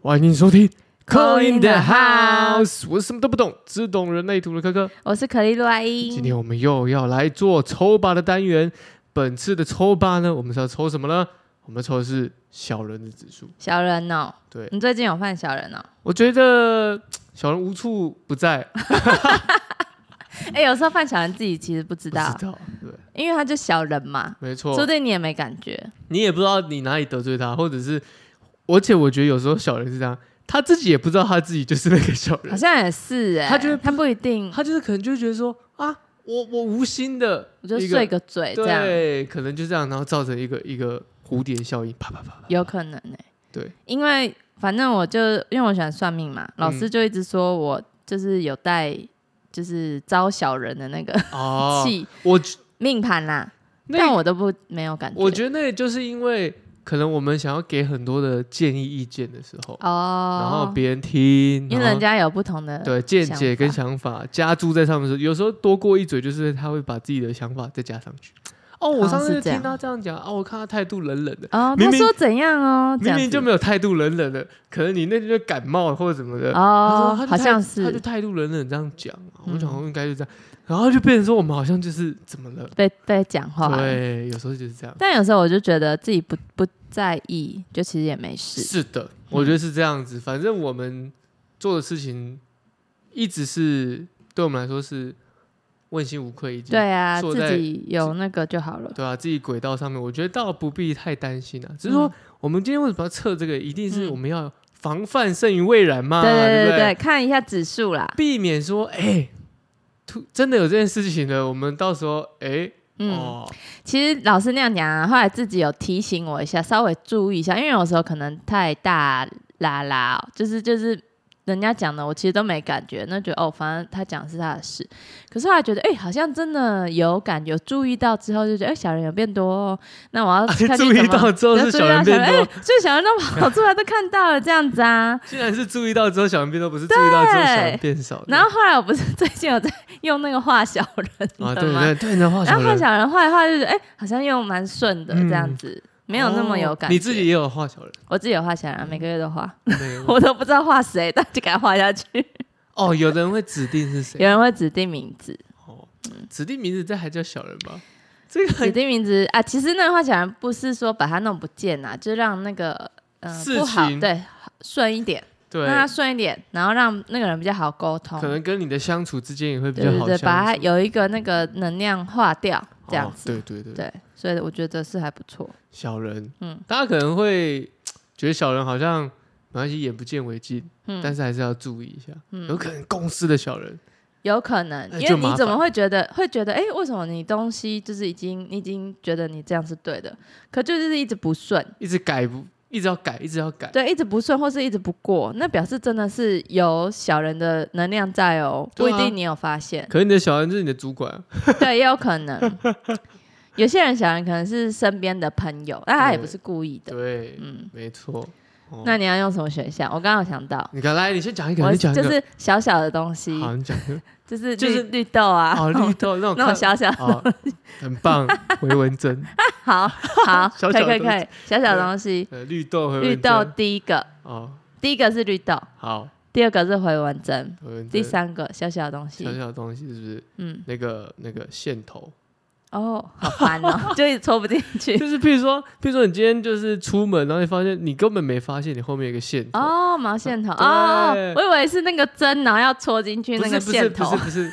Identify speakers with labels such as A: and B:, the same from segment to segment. A: 欢迎收听《
B: Call in the
A: House》，我什么都不懂，只懂人类图的科科。
B: 我是可丽露阿
A: 今
B: 姨。
A: 天我们又要来做抽吧的单元。本次的抽吧呢，我们是要抽什么呢？我们抽的是小人的指数。
B: 小人哦，
A: 对，
B: 你最近有犯小人哦？
A: 我觉得小人无处不在，
B: 哎，有时候犯小人自己其实不知
A: 不
B: 道，
A: 知道，对，
B: 因为他就小人嘛，
A: 没
B: 说不
A: 错，
B: 定你也没感觉。
A: 你也不知道你哪里得罪他，或者是，而且我觉得有时候小人是这样，他自己也不知道他自己就是那个小人
B: 好，像也是哎，
A: 他就是
B: 他不一定，
A: 他就是可能就会觉得说啊，我我无心的，
B: 我就
A: 一
B: 睡个嘴这样，
A: 对，可能就这样，然后造成一个一个蝴蝶效应，啪啪啪。
B: 有可能哎。
A: 对，嗯
B: 因为反正我就因为我喜欢算命嘛，老师就一直说我就是有带就是招小人的那个
A: 哦，
B: 气
A: 我
B: 命盘啦，但
A: 那
B: 我都不没有感觉。
A: 我觉得那就是因为可能我们想要给很多的建议意见的时候，
B: 哦，
A: 然后别人听，
B: 因为
A: 然
B: 人
A: 后
B: 家有不同的
A: 对见解跟
B: 想
A: 想法加注在上面的时候，有时候多过一嘴，就是他会把自己的想法再加上去。哦，我
B: 好像
A: 上次
B: 是这
A: 听
B: 样
A: 他这样讲，哦，我看他态度冷冷的，
B: 哦，
A: 明明
B: 他说怎样哦，这
A: 明
B: 样
A: 明就
B: 子
A: 没有态度冷冷的，可能你那天就感冒或者怎么的，他
B: 哦
A: 说，他
B: 好
A: 就态
B: 像
A: 他就是态度冷冷这样讲啊，我
B: 嗯
A: 想说应该就这样，然后就变成说我们好像就是怎么了？
B: 被被讲话了。
A: 对，有时候就是这样。
B: 但有时候我就觉得自己不不在意，就其实也没事。
A: 是的，
B: 嗯
A: 我觉得是这样子。反正我们做的事情一直是对我们来说是问心无愧，已经
B: 对啊，
A: 坐
B: 自
A: 在
B: 己有那个就好了。
A: 对啊，自己轨道上面，我觉得倒不必太担心啊。只是说
B: 嗯
A: 我们今天为什么要测这个，一定是
B: 嗯
A: 我们要防范胜于未然嘛，
B: 对
A: 不
B: 对对，看一下指数啦。
A: 避免说哎。突真的有这件事情了，我们到时候哎、
B: 嗯，
A: 哦，
B: 其实老师那样讲啊，后来自己有提醒我一下，稍微注意一下，因为有时候可能太大啦啦哦，就是就是人家讲的，我其实都没感觉，那觉得哦，反正他讲的是他的事。可是后来觉得，哎、好像真的有感觉，有注意到之后就觉得，哎、小人有变多、哦，那我要看
A: 啊注
B: 你
A: 意
B: 怎么
A: 到。之后
B: 要
A: 是
B: 注意
A: 小
B: 到
A: 人
B: 小
A: 变
B: 人，哎、
A: 多，
B: 所以小人都跑出来都看到了这样 子啊。
A: 竟然是注意到之后小人变多，不是注意到之后小人变少的。
B: 然后后来我不是 最近有在用那个画小人的吗？
A: 啊，对对对，然后
B: 然
A: 小
B: 后画
A: 人
B: 小人画一画就觉得，哎、好像用蛮顺的
A: 嗯
B: 这样子，没有那么有感
A: 哦
B: 觉。
A: 你自己也有画小人，
B: 我自己有画小人，每个月都画，
A: 没有
B: 我都不知道画谁， 但就给他画下去。
A: 哦，有的人会指定是
B: 有
A: 谁，
B: 人会指定名字，
A: 哦，指定名字这还叫小人吧？这个
B: 指
A: 很
B: 定名字啊。其实那个画小人不是说把它弄不见啊，就让那个嗯、
A: 事情
B: 不好对顺一点，
A: 对
B: 让，它顺一点，然后让那个人比较好沟通。
A: 可能跟你的相处之间也会比
B: 对
A: 较
B: 对
A: 好
B: 对，把它
A: 相处。
B: 有一个那个能量化掉，这样
A: 哦
B: 子。
A: 对对对，
B: 对，所以我觉得是还不错。
A: 小人，嗯
B: 嗯，
A: 大家可能会觉得小人好像没关系，眼不见为净，
B: 嗯，
A: 但是还是要注意一下，
B: 嗯
A: 有可能公司的小人，
B: 有可能，
A: 那
B: 因
A: 就
B: 为
A: 麻
B: 你
A: 烦
B: 怎么会觉得会觉得，哎、为什么你东西就是已经你已经觉得你这样是对的，可就是一直不顺，
A: 一直改不，一直要改，一直要改。
B: 对，一直不顺或是一直不过，那表示真的是有小人的能量在哦，
A: 对
B: 不
A: 啊
B: 一定你有发现，
A: 可是你的小人就是你的主管啊、
B: 对，也有可 能，有些人小人可能是身边的朋友，但他也不是故意的，
A: 对，
B: 嗯，
A: 没错。哦
B: 那你要用什么选项？我刚刚有想到，
A: 你看，来，你先讲一个，
B: 我
A: 你讲一
B: 就
A: 个，
B: 是小小的东西，
A: 好，你讲 一个，
B: 就是绿
A: 就是
B: 绿豆啊，
A: 好，绿豆那种
B: 那种小 小
A: 好，很 棒，回文针，
B: 好好，
A: 小
B: 可
A: 小
B: 以
A: 的
B: 可以
A: 东
B: 可以，小小的东西，
A: 呃，绿豆回
B: 绿
A: 文
B: 豆
A: 针，
B: 第一个，
A: 哦，
B: 第一个是绿豆，
A: 好，
B: 第二个是回纹针，
A: 回文针，
B: 第三个小小的东
A: 小
B: 西，
A: 小的东西是不是
B: 嗯，
A: 那个那个线头？
B: 哦，好烦哦， 就一直戳不进去，
A: 就是譬如说，譬如说你今天就是出门，然后你发现你根本没发现你后面有个线头，
B: 哦，毛线头，
A: 对
B: 哦，我以为是那个针，然后要戳进去
A: 不
B: 那
A: 是
B: 个
A: 不是
B: 线
A: 不
B: 头
A: 是，不是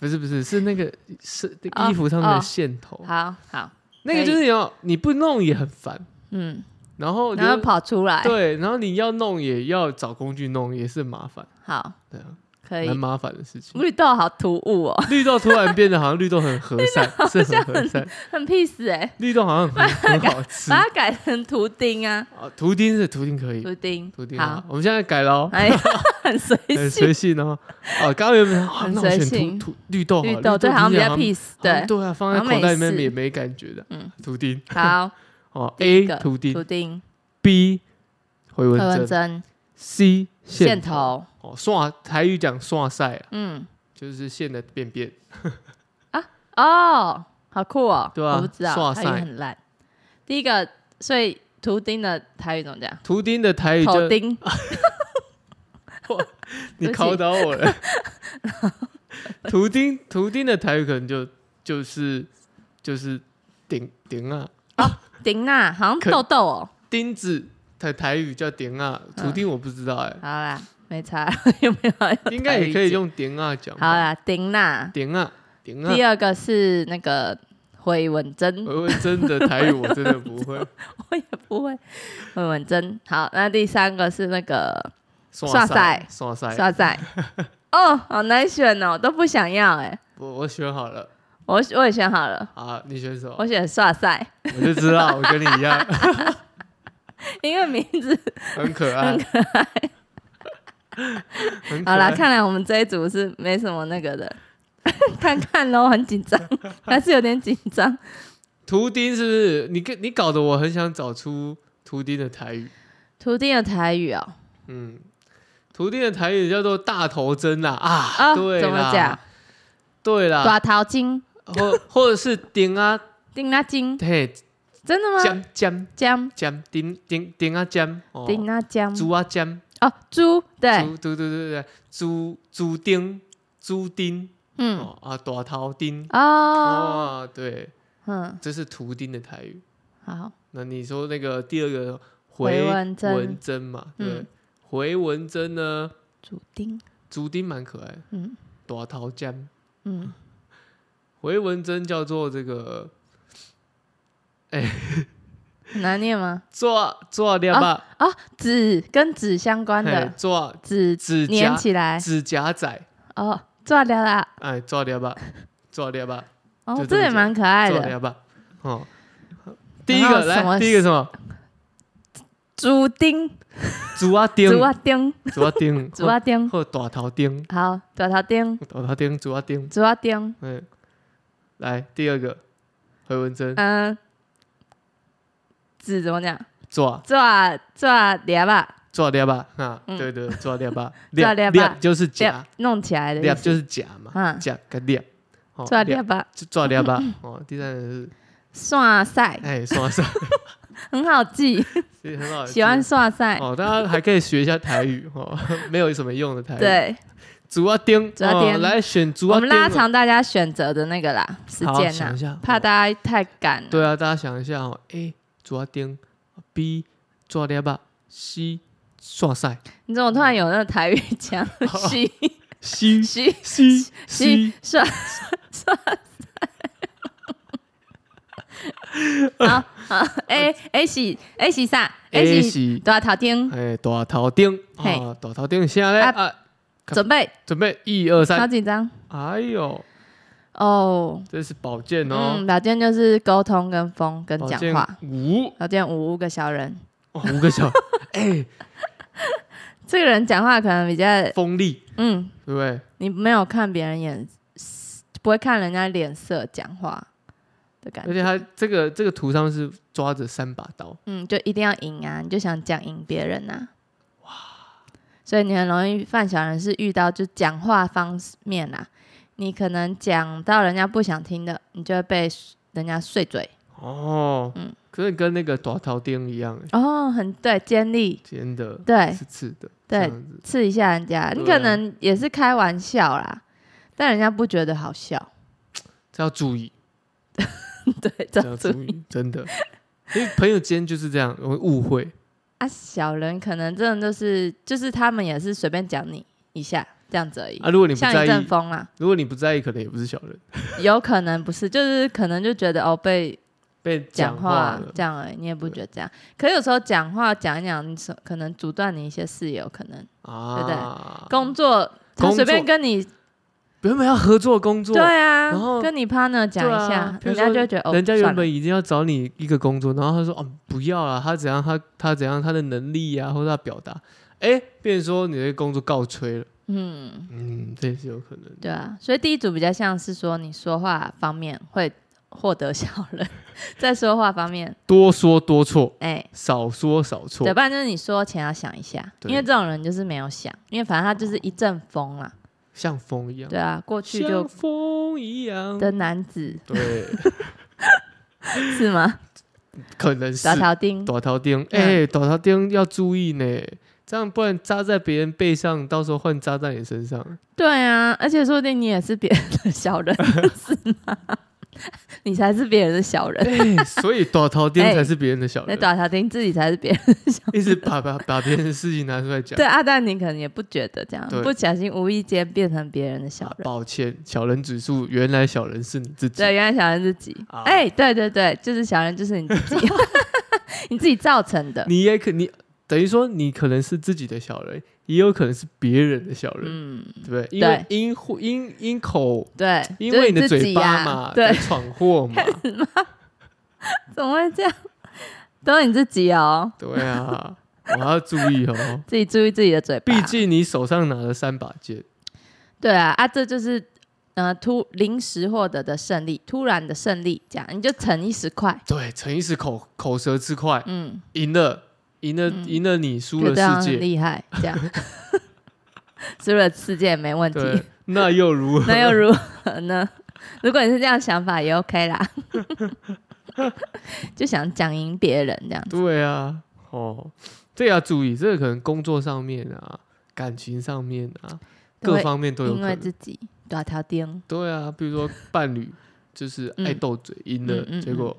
A: 不是不是是那个是那个
B: 哦
A: 衣服上面的
B: 哦
A: 线头，
B: 好好，
A: 那个
B: 可以
A: 就是你要你不弄也很烦，
B: 嗯，
A: 然后
B: 然
A: 就
B: 后
A: 是
B: 跑出来，
A: 对，然后你要弄也要找工具弄，也是麻烦，
B: 好，
A: 对啊，
B: 可
A: 蛮
B: 以，
A: 麻烦的事情。
B: 绿豆好突兀哦，
A: 绿豆突然变得好像绿豆很和善，是很和善。
B: 很 peace 哎，
A: 绿豆好像很很好吃
B: 把
A: 啊，
B: 它改成图钉啊，
A: 图钉是图钉可以，
B: 图钉
A: 图钉，好
B: 好，，
A: 我们现在改了哦，
B: 哎呀，很随
A: 很
B: 性
A: 随，性哦。哦，刚刚原本啊
B: 很
A: 那我
B: 随
A: 选
B: 性
A: 图图绿哦豆好了，
B: 绿豆对，好像比
A: 听起来
B: 较 peace，
A: 好像
B: 对，
A: 对啊，放在
B: 好像
A: 口袋里面
B: 没事
A: 也没感觉的，
B: 嗯，
A: 图钉
B: 好，
A: 哦
B: 第
A: ，A
B: 一个
A: 图钉
B: 图钉，
A: ，B 回
B: 回
A: 纹
B: 纹
A: 针
B: 针，
A: ，C
B: 线
A: 线头，
B: 头，
A: 哦，刷台语讲刷晒啊，
B: 嗯，
A: 就是线的便便，
B: 哦，好酷哦，
A: 对啊
B: 我不知道，
A: 刷
B: 台
A: 塞
B: 语很烂。第一个，所以图钉的台语怎么讲？
A: 图钉的台语
B: 头
A: 就
B: 钉，
A: 我，你
B: 对不起
A: 考倒我了。图钉图钉的台语可能就就是就是顶顶啊，
B: 顶娜好像
A: 可
B: 豆豆哦，
A: 钉子的台语叫顶啊，
B: 嗯
A: 图钉我不知道 哎、
B: 好啦，没差，有没有要用
A: 应该
B: 台语
A: 也可以
B: 讲。
A: 用顶啊讲
B: 好
A: 吧。
B: 啦，顶娜。
A: 顶啊顶啊
B: 第，二个是那个回文针，
A: 我真的台语我真的不会。
B: 我也不会回文针。好，那第三个是那个 刷塞
A: 刷塞，
B: 刷仔，哦，好难选哦，都不想要哎、
A: 我我选好了
B: 我我也选好了，
A: 啊，你选什么？
B: 我选刷仔，
A: 我就知道，我跟你一样，
B: 因为名字
A: 很可爱，很可 爱。
B: 好啦，看来我们这一组是没什么那个的， 看看喽，很紧张， 还是有点紧张。
A: 图钉是不是？你跟你搞得我很想找出图钉的台语。
B: 图钉有台语哦，
A: 嗯，图钉的台语叫做大头针啦啊，
B: 啊，
A: 对啦，
B: 怎么讲？？
A: 对啦，
B: 耍桃金、
A: 或或者是钉啊，
B: 丁拉金，
A: 嘿，
B: 真的吗？
A: 尖尖
B: 姜、
A: 尖钉钉钉啊尖，哦
B: 丁拉姜，
A: 猪啊尖，
B: 哦，猪，对，
A: 猪对对对对，猪猪钉猪钉
B: 嗯，
A: 哦啊，大头钉
B: 哦，
A: 哦，对，
B: 嗯，
A: 这是图钉的台语。
B: 好，
A: 那你说那个第二个
B: 回
A: 回
B: 文针
A: 文针嘛，对不对，
B: 嗯
A: 回文针呢，
B: 主丁，
A: 竹丁蛮可爱的，
B: 嗯
A: 大头尖，
B: 嗯，
A: 回文针叫做这个
B: 很难念吗？
A: 抓抓掉吧，
B: 哦，纸跟纸相关
A: 嘿
B: 的，
A: 抓
B: 纸
A: 指
B: 粘
A: 甲
B: 起来，
A: 指甲仔，
B: 哦，抓掉啦，
A: 哎，抓掉吧，抓掉吧，
B: 哦
A: 就，
B: 这
A: 这么
B: 也
A: 讲
B: 蛮可爱
A: 抓
B: 的，
A: 掉吧，哦。第一个
B: 然后什么
A: 来，第一个什么？
B: 猪丁，
A: 竹啊钉，
B: 猪啊丁，
A: 竹啊钉，
B: 猪啊丁。
A: 或或大头钉，
B: 好，大头钉，
A: 大头钉，竹啊钉。
B: 主要钉，
A: 嗯，来第二个回文针，
B: 嗯，字怎么讲？
A: 抓
B: 抓抓夹吧，
A: 抓掉吧，啊，
B: 嗯
A: 对对，抓掉吧，
B: 抓
A: 捏
B: 捏吧
A: 捏就是夹
B: 夹，弄起来的
A: 夹
B: 意思。
A: 就是夹嘛，
B: 嗯
A: 夹跟夹，哦
B: 抓
A: 捏
B: 夹吧，嗯
A: 就抓掉吧，哦，第三个是
B: 刷塞，
A: 哎刷刷，
B: 很好记，
A: 其实很好记，
B: 喜欢刷塞。
A: 哦，大家还可以学一下台语哦， 没有什么用的台语，，
B: 对，
A: 竹啊钉，
B: 竹啊钉
A: 哦来选竹
B: 我
A: 啊
B: 们
A: 钉，
B: 拉长大家选择的那个啦，时
A: 好
B: 间
A: 想一
B: 呐，
A: 下，
B: 怕
A: 哦
B: 大家太赶。
A: 对啊，大家想一下哦，A 竹啊钉，B 抓掉吧，C 刷塞
B: 你怎么突然有那个台语腔？西
A: ，C
B: 西
A: C C，
B: 西刷刷塞。好好，A A 洗 A 洗啥
A: A
B: 洗
A: 是
B: 大头钉，
A: 哎大头钉
B: 嗯嘿
A: 啊，大头钉下来
B: 啊
A: 啊，
B: 准备
A: 准备一二
B: 好
A: 三，
B: 紧张
A: 哎呦，
B: 哦。
A: 这是宝剑哦
B: 嗯，，老剑就是沟通跟风跟
A: 宝
B: 讲
A: 剑
B: 话。
A: 五
B: 老剑五个小人，
A: 哇五个小
B: 这个人讲话可能比较
A: 锋 利，
B: 嗯，
A: 对不对？
B: 你没有看别人眼，不会看人家脸色讲话的感
A: 而
B: 觉。
A: 且他这个这个图上是抓着三把刀，
B: 嗯，就一定要赢啊！你就想讲赢别人啊。所以你很容易犯小人，是遇到就讲话方面啦、你可能讲到人家不想听的，你就会被人家碎嘴。
A: 哦
B: 嗯，
A: 可是跟那个大头钉一样，哎
B: 哦，很对，尖利，
A: 尖的，
B: 对，
A: 刺刺的，
B: 对
A: 这样子
B: 刺一下人家，你
A: 对啊
B: 可能也是开玩笑啦，但人家不觉得 好笑。
A: 这要注意，
B: 对，
A: 这
B: 这
A: 要
B: 样
A: 注
B: 子
A: 意，真的，因为朋友间就是这样，容易误 会，
B: 啊，小人可能真的就是就是他们也是随便讲你一下这样子而已，
A: 啊，如果你不
B: 像
A: 在
B: 一阵
A: 意，
B: 风啦，
A: 如果你不在意，可能也不是小人，
B: 有可能不是，就是可能就觉得哦被
A: 被
B: 讲
A: 话
B: 话
A: 了，
B: 这样而已，你也不觉得这样。可有时候讲话讲一讲，你说可能阻断你一些事也有可能，对不对
A: 啊，
B: 工作。他
A: 工
B: 随便
A: 作
B: 跟你
A: 原本要合作工作，
B: 对啊
A: 然后，
B: 跟你 partner 讲
A: 对
B: 一下，
A: 啊比如
B: 人家
A: 说
B: 就会觉得哦，
A: 人家原
B: 算了
A: 本已经要找你一个工作，然后他说哦不要了，他怎样他他怎样他的能力呀、或者他表达，哎，变成说你的工作告吹了，
B: 嗯，
A: 嗯，这也是有可能的。
B: 对啊，所以第一组比较像是说你说话方面会获得小人， 在说话方面，
A: 多说多错，
B: 哎、
A: 少说少错
B: 对，，不然就是你说前要想一下，
A: 对
B: 因为这种人就是没有想，因为反正他就是一阵风啦，
A: 像风一样，
B: 对啊，过去
A: 像
B: 就
A: 风一样。
B: 的男子
A: 对，
B: 是吗？
A: 可能是
B: 打桃丁，
A: 短头钉，
B: 嗯
A: 哎，短头钉要注意呢，这样不然扎在别人背上，到时候换扎在你身上。
B: 对啊，而且说不定你也是别人的 小人，是吗？ 你才是别人的小人，
A: 对，所以短头钉
B: 哎
A: 才是别人的小
B: 那
A: 人，
B: 打条钉自己才是别人。
A: 一直把把把别人的事情拿出来讲
B: 对。啊，但你可能也不觉得这样，
A: 对
B: 不小心无意间变成别人的小人。
A: 啊抱歉，小人指数原来小人是你自己。
B: 对，原来小人自己。
A: 啊
B: 哎、对对对，就是小人就是你自 己，你自己造成的。
A: 你也可你等于说你可能是自己的小人，也有可能是别人的小人，
B: 嗯，
A: 对不对？因为因户因因口，
B: 对，
A: 因
B: 就是
A: 为你的
B: 自
A: 嘴
B: 己
A: 巴
B: 呀
A: 嘛，
B: 对
A: 在，闯祸 嘛，
B: 怎么会这样？都是你自己哦，
A: 对啊，我要注意哦。
B: 自己注意自己的嘴巴
A: 毕。竟你手上拿了三把剑，
B: 对啊，啊，这就是呃突临时获得的胜利，突然的胜利，这样你就乘以十块。
A: 对，逞一时口口舌之快，
B: 嗯，
A: 赢了，赢了，
B: 嗯啊
A: 赢了你，输
B: 觉得这样
A: 了世
B: 很
A: 界，
B: 厉害，这样 输了世界也没问题。
A: 对，那又 如何？
B: 那又如何呢？ 如果你是这样想法也 OK 啦， 就想讲赢别人这样子。
A: 对啊，哦，这个要注意，这个可能工作上面啊，感情上面啊，
B: 都
A: 各
B: 会
A: 方面都有
B: 因
A: 可
B: 为
A: 能。
B: 自己打条钉，
A: 对啊，比如说伴侣就是爱斗嘴，赢了
B: 嗯嗯嗯
A: 结果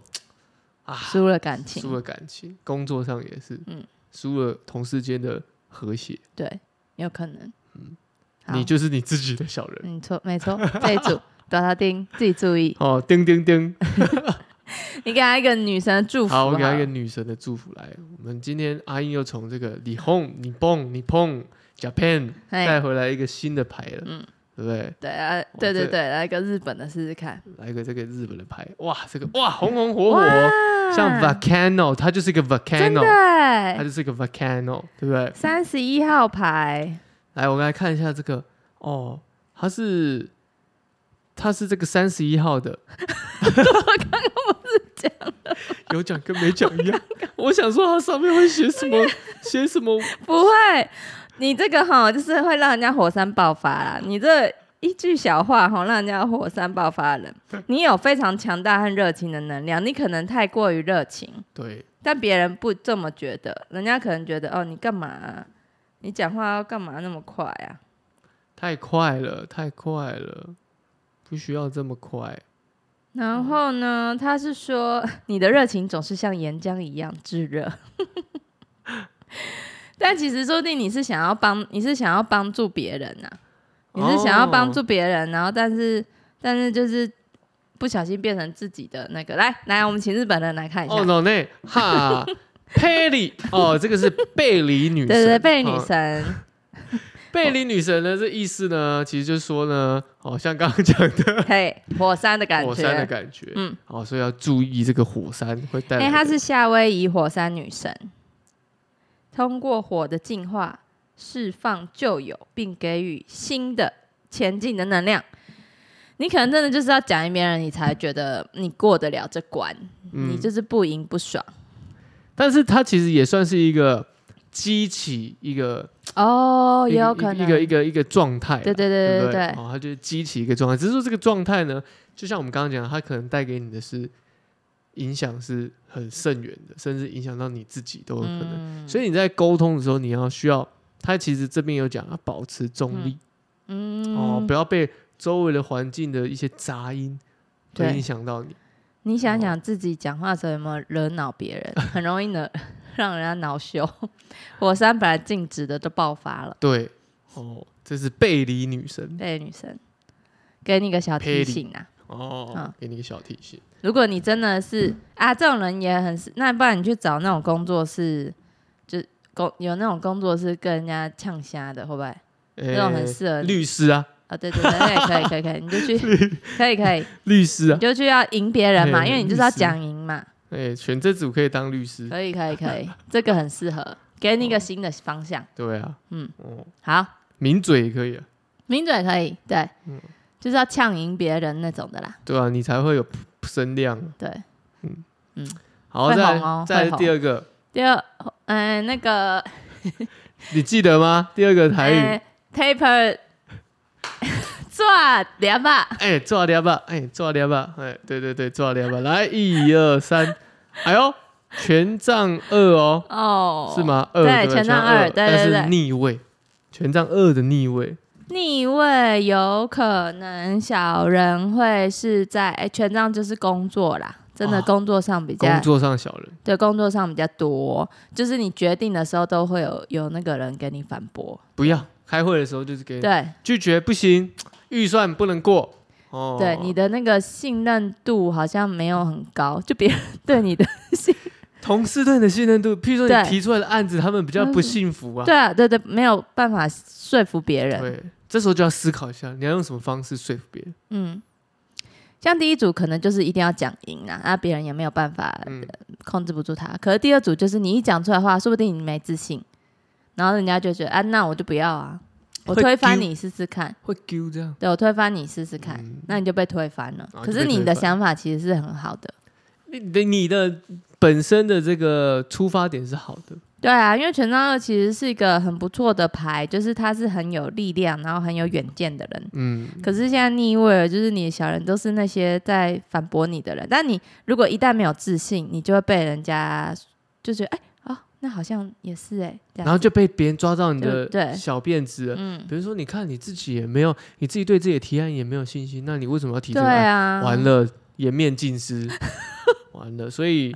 A: 啊
B: 输了感情，
A: 输了感情，工作上也是
B: 嗯，
A: 输了同事间的和谐，
B: 对，有可能。好
A: 嗯你就是你自己的小 人。
B: 没错，没错，这一组 打条钉，自己注意。
A: 哦，叮叮叮！
B: 你给他一个女神的祝福
A: 好，
B: 好了，
A: 我给他一个女神的祝福来。我们今天阿英又从这个李红、你蹦、你碰 Japan
B: 嘿，
A: 带回来一个新的牌了，
B: 哎嗯
A: 对不对？
B: 对啊，
A: 我
B: 对对
A: 这
B: 对，来一个日本的试试看。
A: 来一个这个日本的牌，哇，这个哇红红火火，
B: 哇
A: 哦像 volcano，它就是一个
B: 真
A: volcano，它
B: 的哎
A: 就是一个 volcano，对不对？
B: 三十一号牌，
A: 来，我们来看一下这个哦，它是它是这个三十一号的。我刚刚不是讲了，有讲跟没讲一样。我想说它上面会写什么？写什么？
B: 不会，你这个哈，就是会让人家火山爆发啦。你这一句小话哈，让人家火山爆发的人。你有非常强大和热情的能量，你可能太过于热情，
A: 对，
B: 但别人不这么觉得，人家可能觉得哦，你干嘛啊、你讲话要干嘛那么快啊？
A: 太快了，太快了，不需要这么快。
B: 然后呢，他是说嗯 你的热情总是像岩浆一样炙热， 但其实说不定你是想要帮，你是想要帮助别人呐、你是想要帮助别人，然后但是但是就是不小心变成自己的那个。来来，我们请日本人来看一下，
A: 哦，no 内哈，佩里哦，这个是贝里女神，
B: 对对，贝女
A: 哦
B: 神，
A: 贝里女神呢，这意思呢，其实就是说呢，哦，像刚刚讲的
B: 嘿，火山的感
A: 火山的
B: 觉。
A: 感觉，
B: 嗯，
A: 哦，所以要注意这个火山会带来
B: 哎，
A: 的。
B: 她是夏威夷火山女神，通过火的净化，释放旧有，并给予新的前进的能量。你可能真的就是要讲赢别人，你才觉得你过得了这关，你
A: 嗯，
B: 就是不赢不爽
A: 但是它其实也算是一个激起一个
B: 哦，
A: 一
B: 也
A: 个
B: 有可能
A: 一个一个一个状态啦，
B: 对对
A: 对
B: 对
A: 不
B: 对对，
A: 哦，它就是激起一个状态，只是说这个状态呢，就像我们刚刚讲的，它可能带给你的是影响是很甚远的，甚至影响到你自己都有可能。
B: 嗯
A: 所以你在沟通的时候，你要需要他其实这边有讲，要保持中立、
B: 嗯
A: 哦，不要被周围的环境的一些杂音会
B: 对
A: 影响到你。
B: 你想
A: 哦
B: 想自己讲话的时候有没有惹恼别人，很容易呢 让人家恼羞。火山本来静止的都爆发了，
A: 对，哦，这是贝里女神
B: 对女生，给你个小提
A: Perry
B: 醒啊！
A: 哦，
B: 嗯
A: 给你一个小提醒。
B: 如果你真的是啊这种人也很是，那不然你去找那种工作室，就工有那种工作室跟人家呛虾的，会不会？
A: 这
B: 这种很适合你
A: 律师啊，
B: 啊、对对对，可以可以可以，你 就去可以可以，
A: 律师啊
B: 你，就去要赢别人嘛，
A: 对
B: 因为你就是要
A: 律师
B: 讲赢嘛。
A: 哎，选这组可以当律师。
B: 可以可以可 以，这个很适合，给你一个新的方向。
A: 对啊，
B: 嗯
A: 哦，
B: 好，
A: 抿嘴也可以啊，
B: 抿嘴可以，对，
A: 嗯
B: 就是要呛赢别人那种的啦，
A: 对啊，你才会有声量。
B: 对。
A: 好，
B: 会
A: 再来
B: 红哦
A: 再
B: 会
A: 来
B: 红
A: 第二个，
B: 第二，嗯、那个
A: 你记得吗？第二个台语，
B: 呃，paper 抓点吧，
A: 哎，抓掉吧，哎，抓掉吧，哎，对对对，抓掉吧，来，一二三，哎呦，权杖二哦，
B: 哦，
A: 是？吗？二
B: 对
A: 不
B: 权杖二
A: 二，
B: 对对对
A: 但是逆位，权杖二的逆位，
B: 逆位有可能小人会是在诶权杖就是工作啦，真的
A: 哦
B: 工作上比较、
A: 工作上小人，
B: 对工作上比较多，就是你决定的时候都会有有那个人给你反驳，
A: 不要开会的时候就是给
B: 对
A: 拒绝，不行，预算不能过。哦，
B: 对，你的那个信任度好像没有很高，就别人 对你的信，
A: 同事对你的信任度，譬如说
B: 对
A: 你提出来的案子，他们比较
B: 嗯
A: 不信服啊。
B: 对啊，对对，没有办法说服别人，
A: 对，这时候就要思考一下，你要用什么方式说服别人。
B: 嗯。像第一组可能就是一定要讲赢啊，那别人也没有办法
A: 嗯，
B: 控制不住他。可是第二组就是你一讲出来的话，说不定你没自信，然后人家就觉得啊，那我就不要啊，我
A: 会
B: 推翻
A: 丢
B: 你试试看，
A: 会丢这样。
B: 对我推翻你试试看，
A: 嗯
B: 那你就被推翻了。
A: 啊
B: 可
A: 就是被
B: 你
A: 推
B: 的
A: 翻
B: 想法其实是很好的，
A: 你的你的本身的这个出发点是好的，
B: 对啊，因为权杖二其实是一个很不错的牌，就是他是很有力量，然后很有远见的人。
A: 嗯，
B: 可是现在逆位了，就是你的小人都是那些在反驳你的人，但你如果一旦没有自信，你就会被人家就觉得哎哦，那好像也是哎、这样
A: 然后
B: 子
A: 就被别人抓到你
B: 就对
A: 的小辫子了。
B: 嗯，
A: 比如说，你看你自己也没有，你自己对自己的提案也没有信心，那你为什么要提这
B: 对
A: 个案？
B: 啊，
A: 完，了，颜面尽 失，完了。所以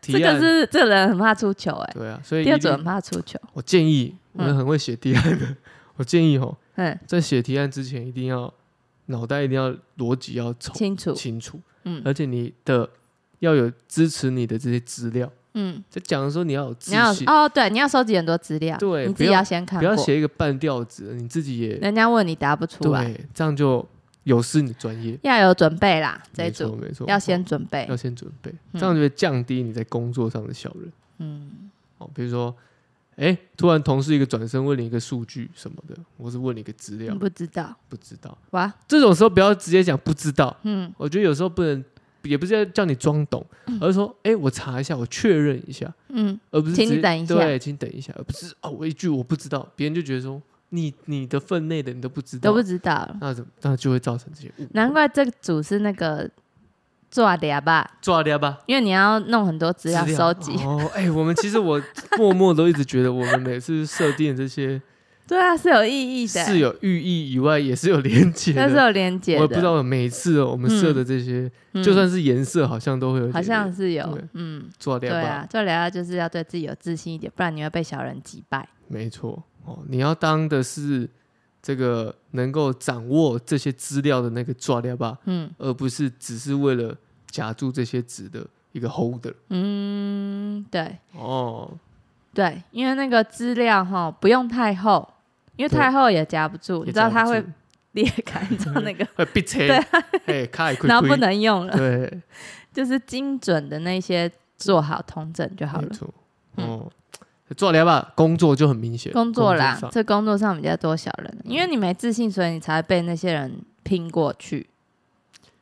A: 提
B: 这
A: 案
B: 个是这个人很怕出糗哎、
A: 对啊，所以
B: 第
A: 一
B: 二组
A: 定
B: 很怕出糗，
A: 我建议，我
B: 嗯
A: 很会写提案的， 我建议吼，
B: 嗯，
A: 在写提案之前一定要脑袋一定要逻辑要抽
B: 清楚，
A: 清楚，
B: 嗯
A: 而且你的要有支持你的这些资料。
B: 嗯，
A: 在讲的时候你要有自
B: 你要
A: 信，
B: 哦对，你要收集很多资料，
A: 对
B: 你
A: 不
B: 自己
A: 要
B: 要先看
A: 不要
B: 过
A: 写一个半吊子，你自己也
B: 人家问你答不出来，
A: 对，这样就有失你专业。
B: 要有准备啦，这一
A: 没错
B: 组
A: 没错，哦
B: 要先准备
A: 要，先准备，
B: 嗯
A: 这样就会降低你在工作上的效率。
B: 嗯，
A: 哦，比如说，哎，突然同事一个转身问你一个数据什么的，或是问你一个资料，
B: 嗯不知道
A: 不知道。
B: 哇，
A: 这种时候不要直接讲不知道，
B: 嗯
A: 我觉得有时候不能，也不是要叫你装懂，而是说，哎，我查一下，我确认一下，
B: 嗯，
A: 而不是
B: 请你
A: 直接
B: 等一下
A: 对，请等一下，而不是哦，我一句我不知道，别人就觉得说你你的分内的你都不知道，
B: 都不知道，
A: 那怎么那就会造成这些误
B: 难怪这组是那个做的呀吧，
A: 抓掉吧。
B: 因为你要弄很多资料收集，
A: 哦，哎、我们其实我默默都一直觉得，我们每次设定这些
B: 对啊，是有意义的，
A: 是有寓意以外，也是有连接
B: 那是
A: 的。
B: 有连
A: 我
B: 接
A: 也
B: 的，
A: 不知道每次哦我们设的这些，
B: 嗯
A: 就算是颜色，好像都会有
B: 好
A: 点
B: 像是有
A: 对，
B: 嗯。
A: 抓掉
B: 对
A: 吧，
B: 啊，做疗就是要对自己有自信一点，不然你会被小人击败。
A: 没错哦。你要当的是这个能够掌握这些资料的那个抓掉吧，
B: 嗯
A: 而不是只是为了夹住这些值的一个 holder
B: 嗯，对
A: 哦。
B: 对，因为那个资料哈不用太厚，因为
A: 对
B: 太厚也夹不住，
A: 也
B: 你知道
A: 夹不
B: 它会
A: 住
B: 裂开，你知
A: ，
B: 道那个
A: 会逼车，
B: 对啊
A: 哎，开
B: 然后不能用了，
A: 对。
B: 就是精准的那些做好通整就好
A: 没
B: 了。
A: 错，
B: 嗯
A: 哦，做聊吧，工作就很明显，
B: 工作啦，
A: 上嗯
B: 这工作上比较多小人，因为你没自信，所以你才会被那些人拼过去。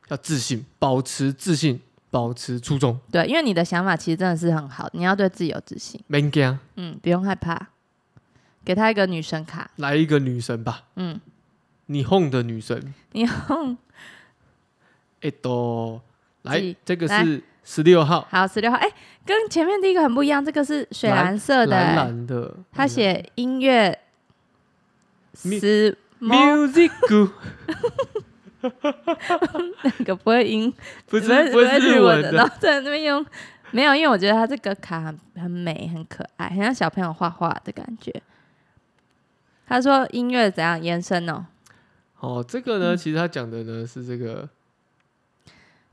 A: 要自信，保持自信，保持初衷，
B: 对，因为你的想法其实真的是很好，你要对自己有自信，
A: 没惊，
B: 嗯，不用害怕。给他一个女神卡，
A: 来一个女神吧，
B: 嗯，
A: 你哄的女神，
B: 你 用
A: 哎都来
B: 记，
A: 这个
B: 来
A: 是十六号
B: 好十六号，哎、跟前面第一个很不一样，这个是水蓝色的、
A: 蓝
B: 欸，
A: 蓝的，
B: 他写音乐
A: 咪
B: 是
A: 嗯
B: 猫
A: music，good，
B: 那个不会音，
A: 不
B: 不会
A: 是不是
B: 日
A: 文
B: 的，
A: 的
B: 然，后在那边用。没有，因为我觉得他这个卡很很美，很可爱，很像小朋友画画的感觉。他说音乐怎样延伸哦？
A: 哦，这个
B: 嗯
A: 呢，其实他讲的呢是这个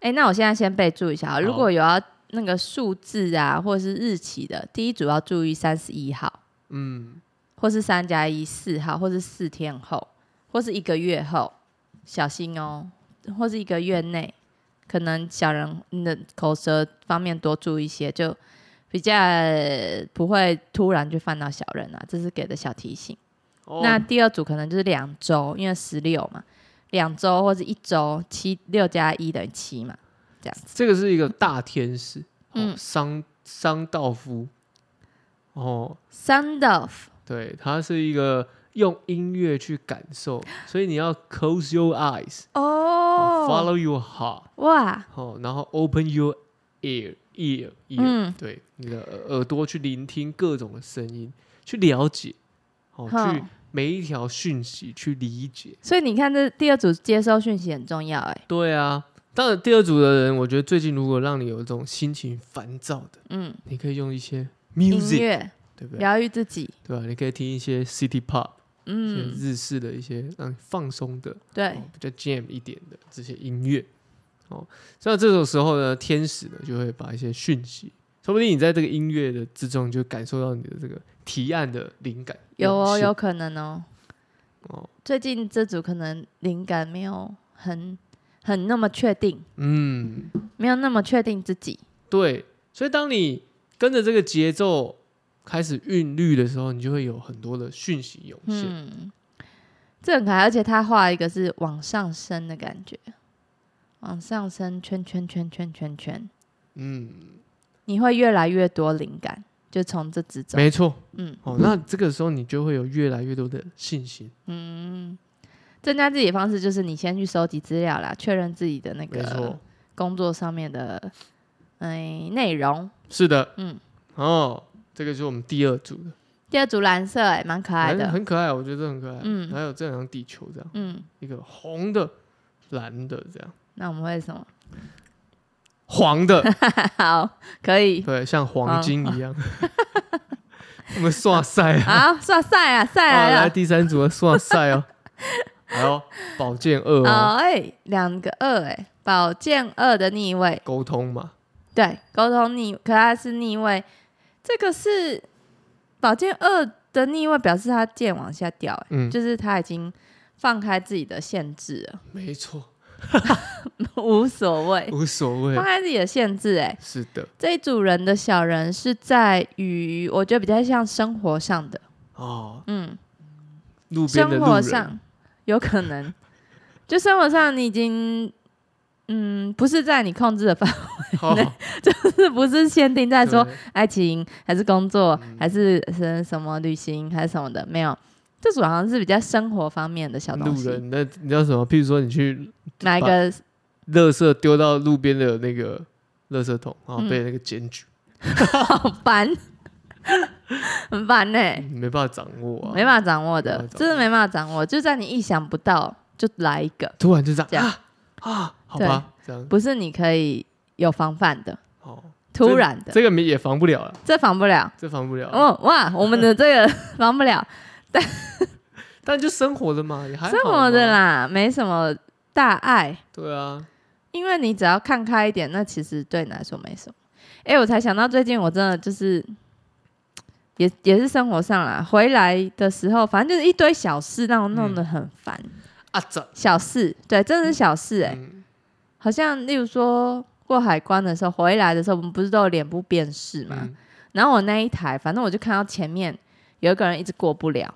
B: 哎，那我现在先备注一下哦，如
A: 好
B: 果有要那个数字啊，或者是日期的，第一组要注意三十一号。
A: 嗯。
B: 或是三加一四号，或是四天后，或是一个月后，小心哦，或是一个月内，可能小人你的口舌方面多注意一些，就比较呃不会突然就犯到小人啊，这是给的小提醒。
A: 哦
B: 那第二组可能就是两周，因为十六嘛，两周或是一周，七六加一等于七嘛，这样子。
A: 这个是一个大天使，哦
B: 嗯，
A: 桑桑道夫，哦，
B: Sound off，
A: 对，它是一个用音乐去感受，所以你要 close your eyes，follow
B: 哦，
A: your heart，
B: 哇，
A: 哦，然后 open your ear ear ear，、
B: 嗯
A: 对你的耳耳朵去聆听各种的声音，去了解，哦，
B: 好
A: 去每一条讯息去理解。
B: 所以你看，这第二组接收讯息很重要、哎，
A: 对啊，当然第二组的人，我觉得最近如果让你有一种心情烦躁的，
B: 嗯，
A: 你可以用一些
B: 音
A: music，
B: 乐
A: 对不对？
B: 疗愈自己，
A: 对吧、你可以听一些 city pop，、一些
B: 嗯，
A: 日式的一些让你放松的，
B: 对
A: 哦，比较 jam 一点的这些音乐。哦，像这种时候呢，天使呢就会把一些讯息，说不定你在这个音乐的之中，你就感受到你的这个提案的灵感。
B: 有
A: 勇
B: 哦，
A: 气
B: 有可能哦。
A: 哦，
B: 最近这组可能灵感没有很很那么确定，
A: 嗯，
B: 没有那么确定自己，
A: 对。所以当你跟着这个节奏开始韵律的时候，你就会有很多的讯息涌现。
B: 嗯，这很可爱，而且他画一个是往上升的感觉，往上升，圈圈圈圈圈圈，
A: 嗯，
B: 你会越来越多灵感，就从这之中，
A: 没错。
B: 嗯
A: 哦，那这个时候你就会有越来越多的信心。
B: 嗯，增加自己的方式就是你先去收集资料啦，确认自己的那
A: 没
B: 个
A: 错，
B: 工作上面的哎内容。
A: 是的。
B: 嗯
A: 嗯，哦，这个就是我们第二组的。
B: 第二组蓝色、哎，蛮可爱
A: 很
B: 的，
A: 很可爱，我觉得这很可爱。
B: 嗯
A: 还有这两像地球这样，
B: 嗯，
A: 一个红的、蓝的这样，
B: 那我们会什么？
A: 黄的，
B: 好，可以，
A: 对，像黄金一样。 我们刷赛 啊，
B: 好，算赛啊，赛
A: 啊
B: 来
A: 来
B: 了。
A: 第三组的刷赛哦，还有宝剑二哦，
B: 哦，哎，两个二哎，宝剑二的逆位，
A: 沟通嘛，
B: 对，沟通逆，可它是逆位，这个是宝剑二的逆位，表示他剑往下掉，哎、
A: 嗯，
B: 就是他已经放开自己的限制了，
A: 没错，
B: 无所谓，
A: 无所谓
B: 放，开自己的限制，哎，
A: 是的，
B: 这一组人的小人是在于，我觉得比较像生活上的，
A: 哦，
B: 嗯，
A: 路边的
B: 生
A: 路
B: 活
A: 人，
B: 上有可能， 就生活上你已经。嗯，不是在你控制的范
A: 好，
B: 是不是限定在说
A: 哦对嗯
B: 爱情还是工作还是什什么旅行还是什么的？没有，这组好像是比较生活方面的小东
A: 路
B: 西，
A: 人，那你知道什么？譬如说你去
B: 买一个
A: 垃圾丢到路边的那个垃圾桶，然后
B: 嗯
A: 被那个检举，
B: 好 烦，很烦呢、
A: 你没办法掌握啊，
B: 没办法掌握
A: 没
B: 的
A: 办法掌，握
B: 真的没办法掌握，就在你意想不到就来一个，
A: 突然就这样
B: 这样
A: 啊啊，好吧，这样
B: 不是你可以有防范的，
A: 哦，
B: 突然的，
A: 这个也防不了了，
B: 这防不了。
A: 这防不了。啊
B: 哦哇，我们的这 个防不了，
A: 但就生活的嘛，也还好
B: 生活的
A: 嘛，
B: 啦，没什么大碍。
A: 对啊，
B: 因为你只要看开一点，那其实对你来说没什么。哎、我才想到最近我真的就是，也也是生活上啦，回来的时候，反正就是一堆小事让我弄得很烦。
A: 啊这，
B: 小事，对，真的是小事哎、
A: 嗯，
B: 好像例如说过海关的时候，回来的时候，我们不是都有脸部辨识嘛？
A: 嗯
B: 然后我那一台，反正我就看到前面有一个人一直过不了，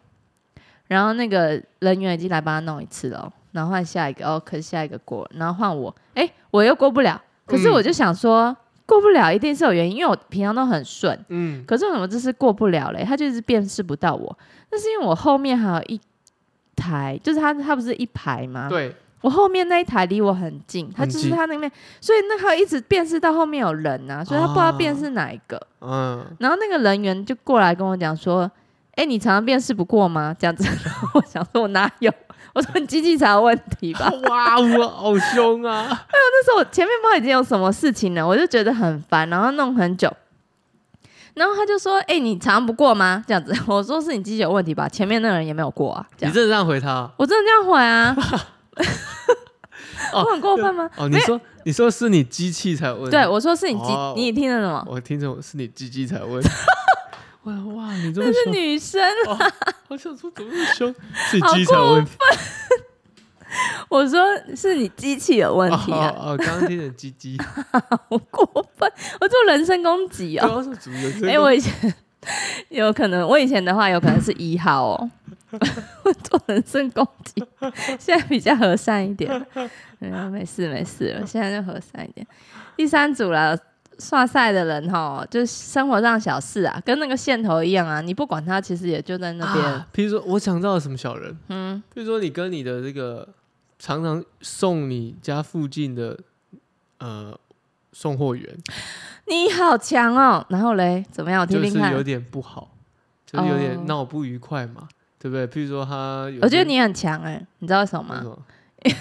B: 然后那个人员已经来帮他弄一次了哦，然后换下一个哦，可是下一个过了，然后换我，哎，我又过不了，可是
A: 嗯
B: 我就想说、过不了一定是有原因，因为我平常都很顺，
A: 嗯，
B: 可是为什么这次过不了嘞？他就是辨识不到我，那是因为我后面还有一台，就是他他不是一排吗？
A: 对，
B: 我后面那一台离我很近，他
A: 很
B: 就是
A: 近
B: 他那边，所以那他一直辨识到后面有人啊，所以他不知道
A: 啊
B: 辨识哪一个。
A: 嗯，
B: 然后那个人员就过来跟我讲说：“哎、你常常辨识不过吗？”这样子， 然后我想说，我哪有？我说你机器才有问题吧。
A: 哇，我好凶啊，
B: 那时候我前面不知道已经有什么事情了，我就觉得很烦，然后弄很久。然后他就说：“哎、你常常不过吗？”这样子， 我说是你机器有问题吧，前面那个人也没有过啊。
A: 你
B: 这样，
A: 真的这样回他？
B: 我真的这样 回啊？
A: 哦
B: 我很过分吗？
A: 哦，你说你说是你机器才有问题，
B: 对，我说是你机，
A: 哦
B: 你听得懂吗？
A: 我听着是你鸡鸡才有问 题。哇哇，你这么
B: 那是
A: 凶，
B: 女生，
A: 好想说怎么那么凶？是你
B: 好
A: 鸡鸡才有问题
B: 我说是你机器有问题啊，
A: 哦，哦刚刚听着鸡鸡，
B: 好过分！我做人身攻击哦。
A: 高是主人
B: 哎、我以前有可能，我以前的话有可能是一号哦， 我做人身攻击，现在比较和善一点。嗯，没事没事，我现在就和善一点。第三组了，刷赛的人哈，就是生活上小事啊，跟那个线头一样啊，你不管他，其实也就在那边。
A: 啊比如说，我想到了什么小人？
B: 嗯，
A: 比如说，你跟你的这个常常送你家附近的呃送货员，
B: 啊你好强哦！然后嘞，怎么样？我听
A: 就
B: 听
A: 是
B: 看
A: 有。点不好，就是有
B: 哦
A: 点闹不愉快嘛，对不对？譬如说他有些，
B: 我觉得你很强哎、你知道为什么
A: 为什
B: 吗？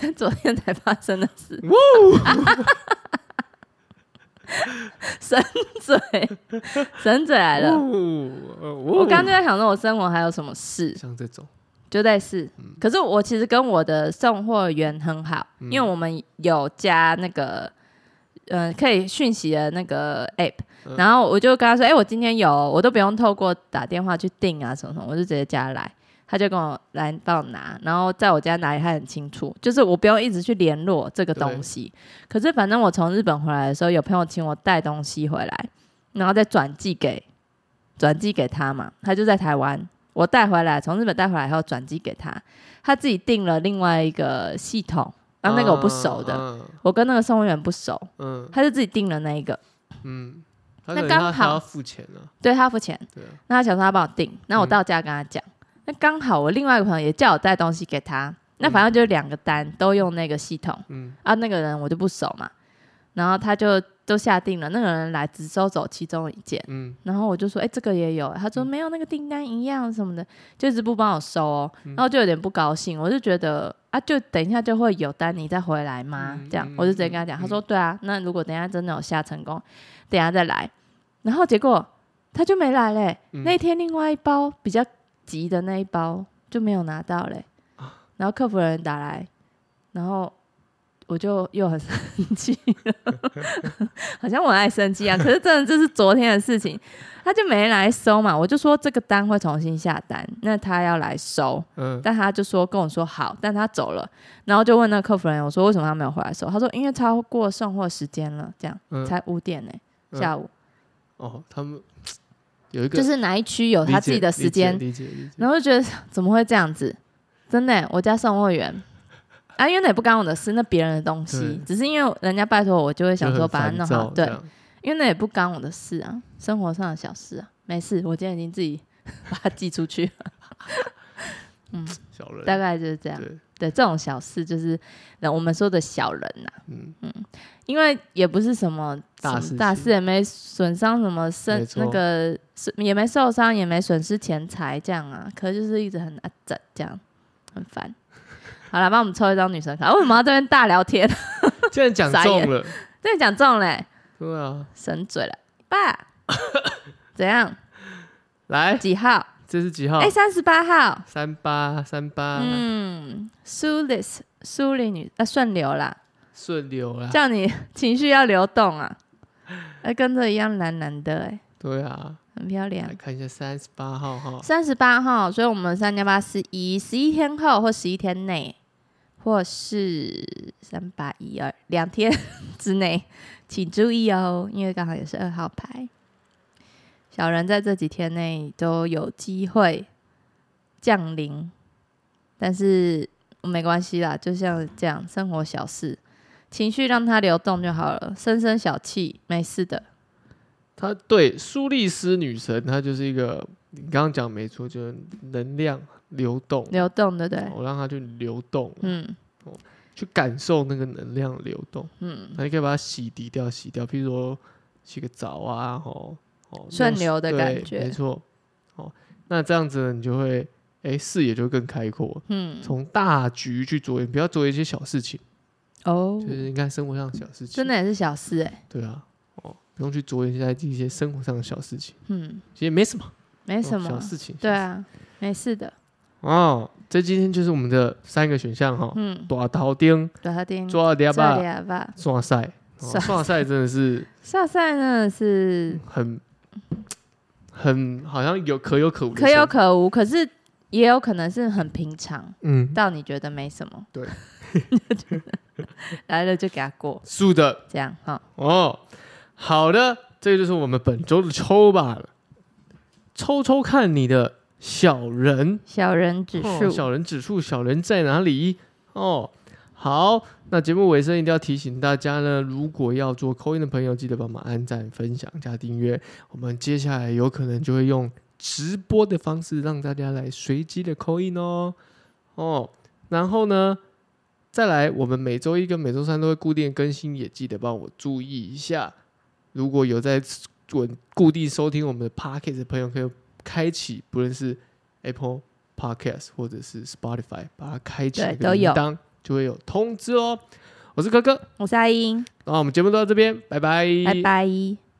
A: 么
B: 昨天才发生的事。
A: 哇哦
B: 神嘴，神嘴来了。
A: 哦呃
B: 我刚
A: 哦
B: 刚就在想说，我生活还有什么事，
A: 像这种，
B: 就类似。可是我其实跟我的送货员很好，因为我们有加那个，嗯、可以讯息的那个 app，、
A: 嗯
B: 然后我就跟他说，哎、我今天有，我都不用透过打电话去订啊什么什么，我就直接加来。他就跟我来帮我拿，然后在我家拿，他很清楚，就是我不用一直去联络这个东西。可是反正我从日本回来的时候，有朋友请我带东西回来，然后再转寄给转寄给他嘛，他就在台湾，我带回来，从日本带回来以后转寄给他，他自己订了另外一个系统，然后啊那个我不熟的，
A: 嗯，
B: 我跟那个送货员不熟，
A: 嗯嗯
B: 他就自己订了那一个，
A: 嗯，他
B: 那
A: 可能
B: 刚
A: 他还
B: 好
A: 要付钱呢，
B: 对他付钱，
A: 对啊，
B: 那他想说他帮我订，那我
A: 嗯
B: 到家跟他讲，那刚好我另外一个朋友也叫我带东西给他，那反正就两个单都用那个系统
A: 嗯
B: 啊，那个人我就不熟嘛，然后他就都下定了，那个人来只收走其中一件。
A: 嗯
B: 然后我就说，哎、这个也有、他说没有，那个订单一样什么的，就一直不帮我收哦。
A: 嗯
B: 然后就有点不高兴，我就觉得啊，就等一下就会有单，你再回来吗？
A: 嗯
B: 这样
A: 嗯，
B: 我就直接跟他讲，他说对啊，那如果等一下真的有下成功，等一下再来。然后结果他就没来嘞、
A: 嗯
B: 那天另外一包比较急的那一包就没有拿到嘞、然后客服人员打来，然后我就又很生气了， 好像我很爱生气啊。可是真的这是昨天的事情，他就没来收嘛，我就说这个单会重新下单，那他要来收，
A: 嗯
B: 但他就说跟我说好，但他走了，然后就问那个客服人员我说为什么他没有回来收，他说因为超过送货时间了，这样
A: 嗯，
B: 才五点呢、
A: 嗯
B: 下午
A: 哦，他们有一个
B: 就是哪一区有
A: 理
B: 他
A: 解
B: 自己的时间，
A: 理解理解理解，
B: 然后就觉得怎么会这样子？真的欸，我家送货员啊，因为那也不干我的事，那别人的东
A: 对
B: 西，只是因为人家拜托我，我就会想
A: 就
B: 说
A: 很
B: 把它
A: 烦
B: 弄
A: 躁
B: 好。对
A: 这，样
B: 因为那也不干我的事啊，生活上的小事啊，没事，我今天已经自己把它寄出去了，
A: 小人
B: 大概就是这样。
A: 对，
B: 对，这种小事就是呃我们说的小人呐、
A: 嗯，
B: 因为也不是什么
A: 大
B: 什么
A: 事
B: 大
A: 情
B: 事也没损伤什么身
A: 没，错
B: 那个是也没受伤，也没损失钱财这样啊。可是就是一直很啊整这样，很烦。好了，帮我们抽一张女神卡。为什么要这边大聊天？
A: 竟然讲
B: 傻眼
A: 中了，
B: 真的讲中嘞，
A: 对啊，
B: 神嘴了， 爸，怎样？
A: 来，
B: 几号？
A: 这是几号
B: 哎、？三十八号。
A: 三八三八，
B: 嗯，苏丽苏丽女啊，顺流啦，
A: 顺流啦，
B: 叫你 情绪要流动啊，哎，跟着一样蓝蓝的、哎，
A: 对啊，
B: 很漂亮
A: 来。看一下三十八号哈，
B: 三十八号，所以我们三加八是一，十一天后或十一天内，或是三八一二两天 之内，请注意哦，因为刚好也是二号牌。小人在这几天内都有机会降临，但是没关系啦，就像这样，生活小事，情绪让它流动就好了，生生小气，没事的。
A: 她对苏丽斯女神，她就是一个你刚刚讲没错，就是能量流动，
B: 流动，对不对？
A: 我让她去流动，
B: 嗯
A: 去感受那个能量流动，
B: 嗯，
A: 那你可以把它洗涤掉，洗掉，譬如说洗个澡啊，吼，哦，
B: 顺
A: 弄
B: 流的
A: 对
B: 感觉
A: 没错，哦，那这样子呢你就会，哎，视野就会更开阔，
B: 嗯，
A: 从大局去着眼，不要着眼一些小事情，
B: 哦
A: 就是应该生活上的小事情，
B: 真的也是小事哎、
A: 对啊，哦，不用去着眼在一些生活上的小事情，
B: 嗯，
A: 其实没什么，
B: 没什
A: 哦小
B: 么，
A: 事情，
B: 对啊，没事的，
A: 小事，哦，这今天就是我们的三个选项哈，
B: 嗯，
A: 大头钉、
B: 把它定
A: 抓掉
B: 这
A: 吧，
B: 里吧。
A: 刷赛，哦
B: 刷
A: 刷赛真的是。
B: 下赛呢是
A: 很很好像有可有可无的
B: 可
A: 生活，
B: 有可无，可是也有可能是很平常，
A: 嗯，
B: 到你觉得没什么，
A: 对，
B: 来了就给他过，
A: 素的
B: 这样哈。
A: 哦。好的，这就是我们本周的抽吧了，抽抽看你的小人
B: 小人指
A: 哦
B: 数，
A: 小人指数，小人在哪里？哦，好，那节目尾声一定要提醒大家呢，如果要做扣音的朋友，记得帮忙按赞、分享加订阅。我们接下来有可能就会用直播的方式让大家来随机的扣音哦。哦，然后呢，再来，我们每周一跟每周三都会固定更新，也记得帮我注意一下。如果有在稳固定收听我们的 Podcast 的朋友，可以开启不论是 Apple Podcast 或者是 Spotify，把它开启
B: 对
A: 那个
B: 都
A: 铃
B: 有
A: 铛，就会有通知哦。我是哥哥，
B: 我是阿英，
A: 那我们节目就到这边，拜拜，
B: 拜拜。